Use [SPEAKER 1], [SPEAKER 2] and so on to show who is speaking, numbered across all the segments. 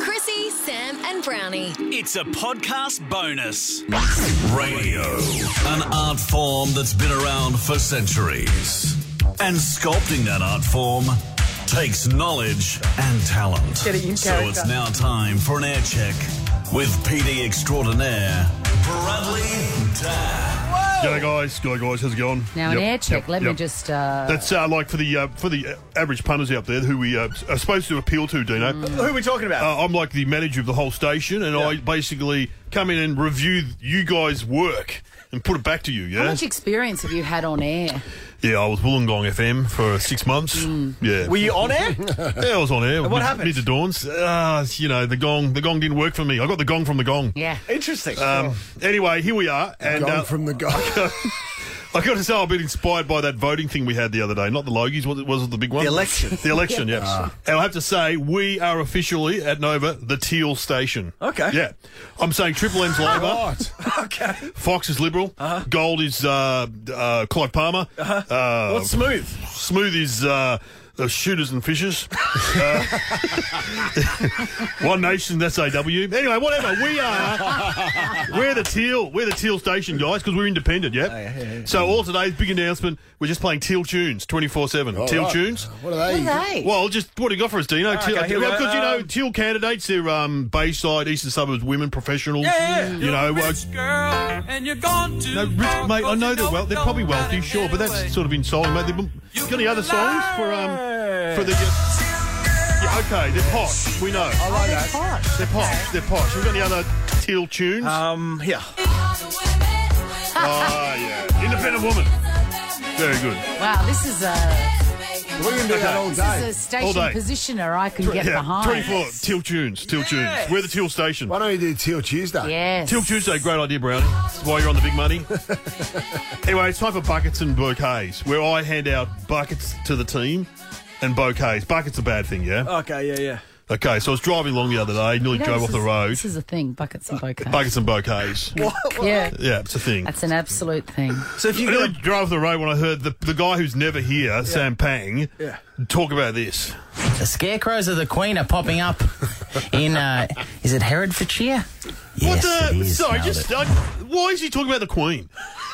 [SPEAKER 1] Chrissy, Sam, and Brownie.
[SPEAKER 2] It's a podcast bonus. Radio, an art form that's been around for centuries. And sculpting that art form takes knowledge and talent.
[SPEAKER 3] Get it in
[SPEAKER 2] so
[SPEAKER 3] character.
[SPEAKER 2] it's now time for an air check with PD extraordinaire, Bradley Dare.
[SPEAKER 4] G'day guys, g'day guys, how's it going?
[SPEAKER 5] Now an
[SPEAKER 4] Yep,
[SPEAKER 5] air check.
[SPEAKER 4] yep,
[SPEAKER 5] Let me
[SPEAKER 4] yep.
[SPEAKER 5] just. Uh,
[SPEAKER 4] That's uh, like for the uh, for the uh, average punters out there who we uh, are supposed to appeal to, Dino.
[SPEAKER 3] Mm. Who are we talking about?
[SPEAKER 4] Uh, I'm like the manager of the whole station, and I basically come in and review you guys' work and put it back to you.
[SPEAKER 5] how
[SPEAKER 4] Yeah,
[SPEAKER 5] much experience have you had on air?
[SPEAKER 4] yeah. I was Wollongong FM for six months.
[SPEAKER 5] Mm.
[SPEAKER 4] Yeah,
[SPEAKER 3] Were you on air?
[SPEAKER 4] yeah, I was on air.
[SPEAKER 3] what
[SPEAKER 4] mid,
[SPEAKER 3] happened?
[SPEAKER 4] Mid to dawns. Uh, you know, the gong, the gong didn't work for me. I got the gong from the gong.
[SPEAKER 5] Yeah.
[SPEAKER 3] Interesting.
[SPEAKER 4] Um, anyway, here we are, and
[SPEAKER 6] Gone
[SPEAKER 4] uh,
[SPEAKER 6] from the guy.
[SPEAKER 4] I got to say, I've been inspired by that voting thing we had the other day. Not the Logies, what was it, the big one?
[SPEAKER 3] The election.
[SPEAKER 4] the election, yeah.
[SPEAKER 6] Ah.
[SPEAKER 4] And I have to say, we are officially at Nova the teal station.
[SPEAKER 3] Okay.
[SPEAKER 4] Yeah. I'm saying Triple M's Labour,
[SPEAKER 6] Right.
[SPEAKER 3] okay. Uh-huh.
[SPEAKER 4] Fox is Liberal, Gold is uh, uh, Clive Palmer, uh-huh. uh,
[SPEAKER 3] What's smooth?
[SPEAKER 4] Smooth is uh, uh, Shooters and Fishers. Uh, One Nation, that's AW. Anyway, whatever. We are. We're the teal. We're the teal station, guys, because we're independent, Oh, yeah? So, all today's big announcement we're just playing teal tunes 24 7. Teal
[SPEAKER 6] Alright.
[SPEAKER 4] tunes.
[SPEAKER 6] What are they?
[SPEAKER 5] Hey.
[SPEAKER 4] Well, just what do you got for us, Dino? Teal,
[SPEAKER 3] okay, here we
[SPEAKER 4] because
[SPEAKER 3] go.
[SPEAKER 4] you know,
[SPEAKER 3] Um,
[SPEAKER 4] teal candidates, they're um, Bayside, Eastern Suburbs, women professionals.
[SPEAKER 3] Yeah, yeah.
[SPEAKER 4] You know, uh,
[SPEAKER 7] girl, and you're gone too
[SPEAKER 4] no, rich, mate, I know they're well. They're probably wealthy, sure, but that's sort of insulting, mate. They've, got any other songs for um for the? Yeah, okay, they're posh. We know. I like that. They're posh. They're posh. We've got any other teal tunes?
[SPEAKER 3] Um, yeah.
[SPEAKER 4] Ah, yeah. Independent woman. Very good.
[SPEAKER 5] Wow, this is a,
[SPEAKER 6] We're going to do that all
[SPEAKER 5] this is
[SPEAKER 6] day.
[SPEAKER 5] a station
[SPEAKER 4] All day.
[SPEAKER 5] positioner I can get
[SPEAKER 4] Yeah,
[SPEAKER 5] behind.
[SPEAKER 4] twenty-four teal tunes. Teal tunes. We're the teal station.
[SPEAKER 6] Why don't we do Teal Tuesday?
[SPEAKER 5] Yes.
[SPEAKER 4] Teal Tuesday, great idea, Brownie. That's why you're on the big money. anyway, it's time for buckets and bouquets, where I hand out buckets to the team and bouquets. Buckets a bad thing, yeah.
[SPEAKER 3] Okay, yeah, yeah.
[SPEAKER 4] Okay, so I was driving along the other day, nearly
[SPEAKER 5] You know,
[SPEAKER 4] drove
[SPEAKER 5] this
[SPEAKER 4] off the
[SPEAKER 5] is-
[SPEAKER 4] road.
[SPEAKER 5] This is a thing, buckets and bouquets.
[SPEAKER 4] Buckets and bouquets.
[SPEAKER 5] Yeah,
[SPEAKER 4] Yeah, it's a thing.
[SPEAKER 5] that's an absolute thing.
[SPEAKER 3] So if
[SPEAKER 4] I
[SPEAKER 3] you
[SPEAKER 4] nearly
[SPEAKER 3] got
[SPEAKER 4] drove off the road when I heard the, the guy who's never here, Sam Pang,
[SPEAKER 3] Yeah.
[SPEAKER 4] talk about this.
[SPEAKER 8] The scarecrows of the Queen are popping up in, uh, is it Herefordshire? Yes,
[SPEAKER 4] what the?
[SPEAKER 8] it is.
[SPEAKER 4] Sorry,
[SPEAKER 8] Nailed
[SPEAKER 4] just
[SPEAKER 8] it.
[SPEAKER 4] I, why is he talking about the Queen?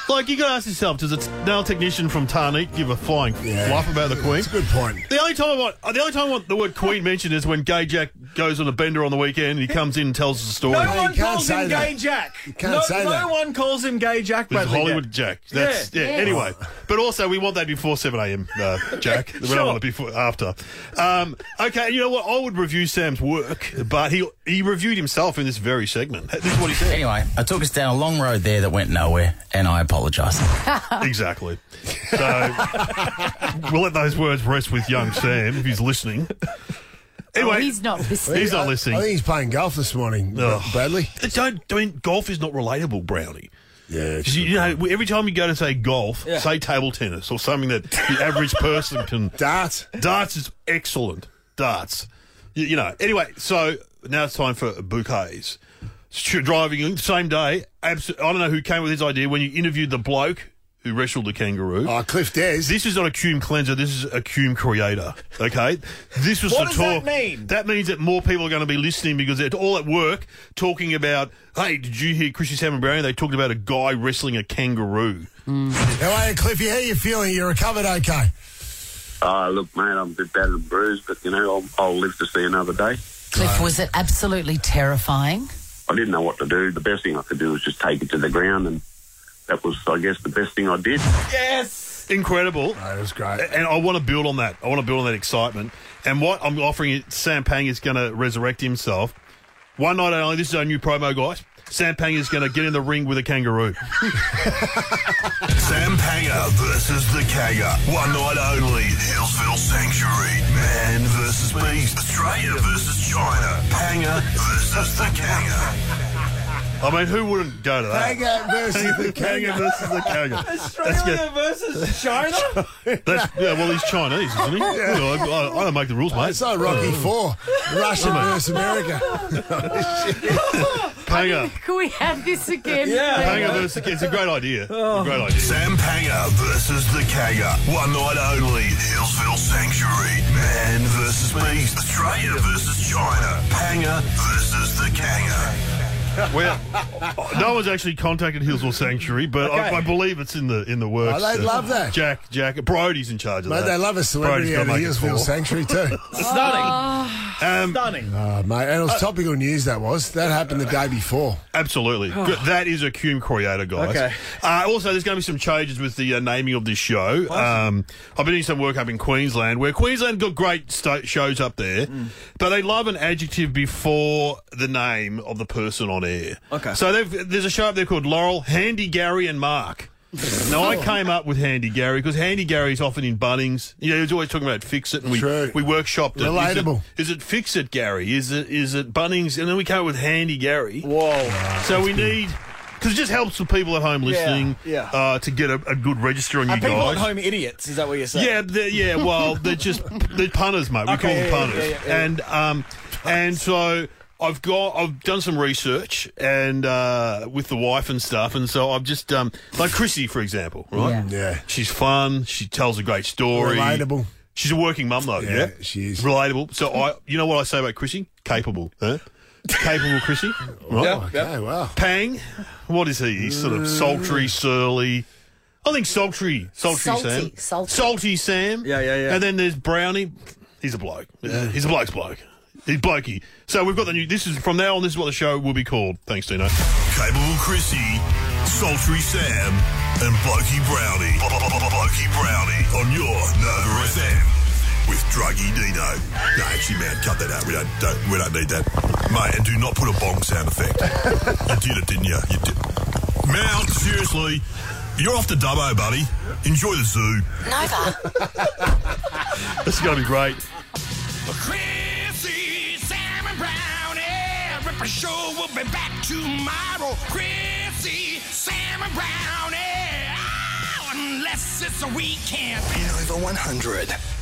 [SPEAKER 4] Like you got to ask yourself, does a nail technician from Tarneet give a flying fluff about the Queen?
[SPEAKER 6] It's a good point.
[SPEAKER 4] The only time I want the only time I want the word Queen mentioned is when Gay Jack goes on a bender on the weekend and he comes in and tells us a story.
[SPEAKER 3] no
[SPEAKER 6] you
[SPEAKER 3] one
[SPEAKER 6] can't
[SPEAKER 3] calls him
[SPEAKER 6] say that.
[SPEAKER 3] Gay Jack.
[SPEAKER 6] You can't
[SPEAKER 3] no,
[SPEAKER 6] say
[SPEAKER 3] no
[SPEAKER 6] that.
[SPEAKER 3] one calls him Gay Jack.
[SPEAKER 4] This is
[SPEAKER 3] Bradley
[SPEAKER 4] Hollywood Jack. That's yeah.
[SPEAKER 3] Yeah.
[SPEAKER 4] Anyway, but also we want that before seven a.m. Uh, Jack. We don't
[SPEAKER 3] Sure.
[SPEAKER 4] want it before after. Um, okay, you know what? I would review Sam's work, but he he reviewed himself in this very segment. This is what he said.
[SPEAKER 8] Anyway, I took us down a long road there that went nowhere, and I apologise.
[SPEAKER 4] exactly. So we'll let those words rest with young Sam if he's listening. Anyway,
[SPEAKER 5] Oh, he's not listening.
[SPEAKER 4] He's not
[SPEAKER 6] I think
[SPEAKER 4] listening.
[SPEAKER 6] he's playing golf this morning,
[SPEAKER 4] Ugh.
[SPEAKER 6] Bradley.
[SPEAKER 4] Don't. I mean, golf is not relatable, Brownie.
[SPEAKER 6] Yeah.
[SPEAKER 4] Because you know, every time you go to say golf, say table tennis or something that the average person can.
[SPEAKER 6] Dart.
[SPEAKER 4] Darts is excellent. Darts. You, you know. Anyway, so now it's time for bouquets. Stu- Driving in, same day. Abs- I don't know who came with this idea when you interviewed the bloke who wrestled the kangaroo.
[SPEAKER 6] Oh, Cliff Des.
[SPEAKER 4] This is not a cume cleanser. This is a cume creator. Okay, this was
[SPEAKER 3] What
[SPEAKER 4] the
[SPEAKER 3] does that
[SPEAKER 4] talk.
[SPEAKER 3] mean?
[SPEAKER 4] That means that more people are going to be listening because they're all at work talking about. Hey, did you hear Chrissy Salmon Brownie? They talked about a guy wrestling a kangaroo.
[SPEAKER 6] How are you, Cliffy? How you feeling? You recovered okay?
[SPEAKER 9] Oh, look, mate, I'm a bit battered and bruised, but you know, I'll, I'll live to see another day.
[SPEAKER 5] Cliff, was it absolutely terrifying?
[SPEAKER 9] I didn't know what to do. The best thing I could do was just
[SPEAKER 6] Oh,
[SPEAKER 9] take it to the ground, and that was, I guess, the best thing I did.
[SPEAKER 3] Yes.
[SPEAKER 4] Incredible.
[SPEAKER 6] That was great.
[SPEAKER 4] And I want to build on that. I want to build on that excitement. And what I'm offering you, Sam Pang is going to resurrect himself. One night only, this is our new promo, guys. Sam Pang is going to get in the ring with a kangaroo.
[SPEAKER 10] Sam Panger versus the Kager. One night only. Hillsville Sanctuary. Man versus Beast. Australia versus China. Panger versus the Kager.
[SPEAKER 4] I mean, who wouldn't go to that?
[SPEAKER 6] Kangaroo versus the
[SPEAKER 4] Kangaroo
[SPEAKER 6] kangaroo.
[SPEAKER 4] versus the kangaroo.
[SPEAKER 3] Australia versus China.
[SPEAKER 4] That's, yeah, well, he's Chinese, isn't he? Well, I, I don't make the rules, mate.
[SPEAKER 6] It's like Rocky
[SPEAKER 10] Oh.
[SPEAKER 6] Four. Russia versus America.
[SPEAKER 4] Panger.
[SPEAKER 5] Can we have this again?
[SPEAKER 3] Yeah.
[SPEAKER 5] please?
[SPEAKER 4] Panger versus the It's a great idea.
[SPEAKER 6] Oh.
[SPEAKER 4] A great idea.
[SPEAKER 10] Sam Panger versus the Kager. One night only. Hillsville Sanctuary. Man versus Beast. Australia versus China. Banger versus the Kanger.
[SPEAKER 4] Well, no one's actually contacted Hillsville Sanctuary, but
[SPEAKER 6] Okay.
[SPEAKER 4] I, I believe it's in the in the works.
[SPEAKER 6] Oh, they'd
[SPEAKER 4] Uh,
[SPEAKER 6] love that.
[SPEAKER 4] Jack, Jack, Brody's in charge of
[SPEAKER 6] Mate,
[SPEAKER 4] that.
[SPEAKER 6] they love a celebrity
[SPEAKER 4] Brody's
[SPEAKER 6] out
[SPEAKER 4] gotta
[SPEAKER 6] of
[SPEAKER 4] make it
[SPEAKER 6] Hillsville
[SPEAKER 4] four.
[SPEAKER 6] Sanctuary too.
[SPEAKER 4] Um,
[SPEAKER 6] oh, mate, and it was topical news that was. That happened the day before.
[SPEAKER 4] Absolutely. Good. That is a Cume Creator, guys.
[SPEAKER 6] Okay.
[SPEAKER 4] Uh, also, there's going to be some changes with the uh, naming of this show. Um, I've been doing some work up in Queensland, where Queensland got great sta shows up there, but they love an adjective before the name of the person on air.
[SPEAKER 3] Okay.
[SPEAKER 4] So they've, there's a show up there called Laurel, Handy Gary, and Mark. now I came up with Handy Gary because Handy Gary's often in Bunnings. You know, he's always talking about fix it, and we
[SPEAKER 6] True.
[SPEAKER 4] we workshopped it. Is it.
[SPEAKER 6] Relatable.
[SPEAKER 4] Is it fix it Gary? Is it is it Bunnings? And then we came up with Handy Gary.
[SPEAKER 3] Whoa.
[SPEAKER 4] So we need because it just helps the people at home listening
[SPEAKER 3] yeah.
[SPEAKER 4] Uh, to get a, a good register on
[SPEAKER 3] Are
[SPEAKER 4] you
[SPEAKER 3] people
[SPEAKER 4] guys.
[SPEAKER 3] at home idiots? Is that what you're saying?
[SPEAKER 4] Yeah, they're, yeah. Well, they're just they're punters, mate. We
[SPEAKER 3] Okay,
[SPEAKER 4] call them
[SPEAKER 3] yeah, yeah, yeah,
[SPEAKER 4] punters,
[SPEAKER 3] yeah, yeah.
[SPEAKER 4] and um, and so. I've got. I've done some research and uh, with the wife and stuff, and so I've just um, like Chrissy, for example, right?
[SPEAKER 6] Yeah. Yeah.
[SPEAKER 4] she's fun. She tells a great story.
[SPEAKER 6] Relatable.
[SPEAKER 4] She's a working mum though. Yeah,
[SPEAKER 6] Yeah, she is.
[SPEAKER 4] relatable. So I, you know what I say about Chrissy? Capable, huh? Capable Chrissy. Right?
[SPEAKER 6] Oh, okay, wow.
[SPEAKER 4] Pang. What is he? He's
[SPEAKER 3] Uh,
[SPEAKER 4] sort of sultry, surly. I think sultry. Sultry
[SPEAKER 5] Salty,
[SPEAKER 4] Sam.
[SPEAKER 5] salty.
[SPEAKER 4] Sam.
[SPEAKER 3] Yeah, yeah, yeah.
[SPEAKER 4] And then there's Brownie. He's a bloke. He's a bloke's bloke. He's blokey. So we've got the new. This is from now on. This is what the show will be called. Thanks, Dino.
[SPEAKER 10] Capable Chrissy, Sultry Sam, and Blokey Brownie. Blokey Brownie on your Nova FM with Druggy Dino. No, actually, man, cut that out. We don't, don't, we don't need that. Mate, and do not put a bong sound effect. you did it, didn't you? You did. Mount, seriously, you're off to Dubbo, buddy. Enjoy the zoo.
[SPEAKER 1] Nova.
[SPEAKER 4] This is going to be great.
[SPEAKER 10] Chrissy, Sam, and Brownie. Ripper Show will be back tomorrow. Chrissy, eh? Sam, and Ah, Brownie. unless it's a weekend. Nova 100.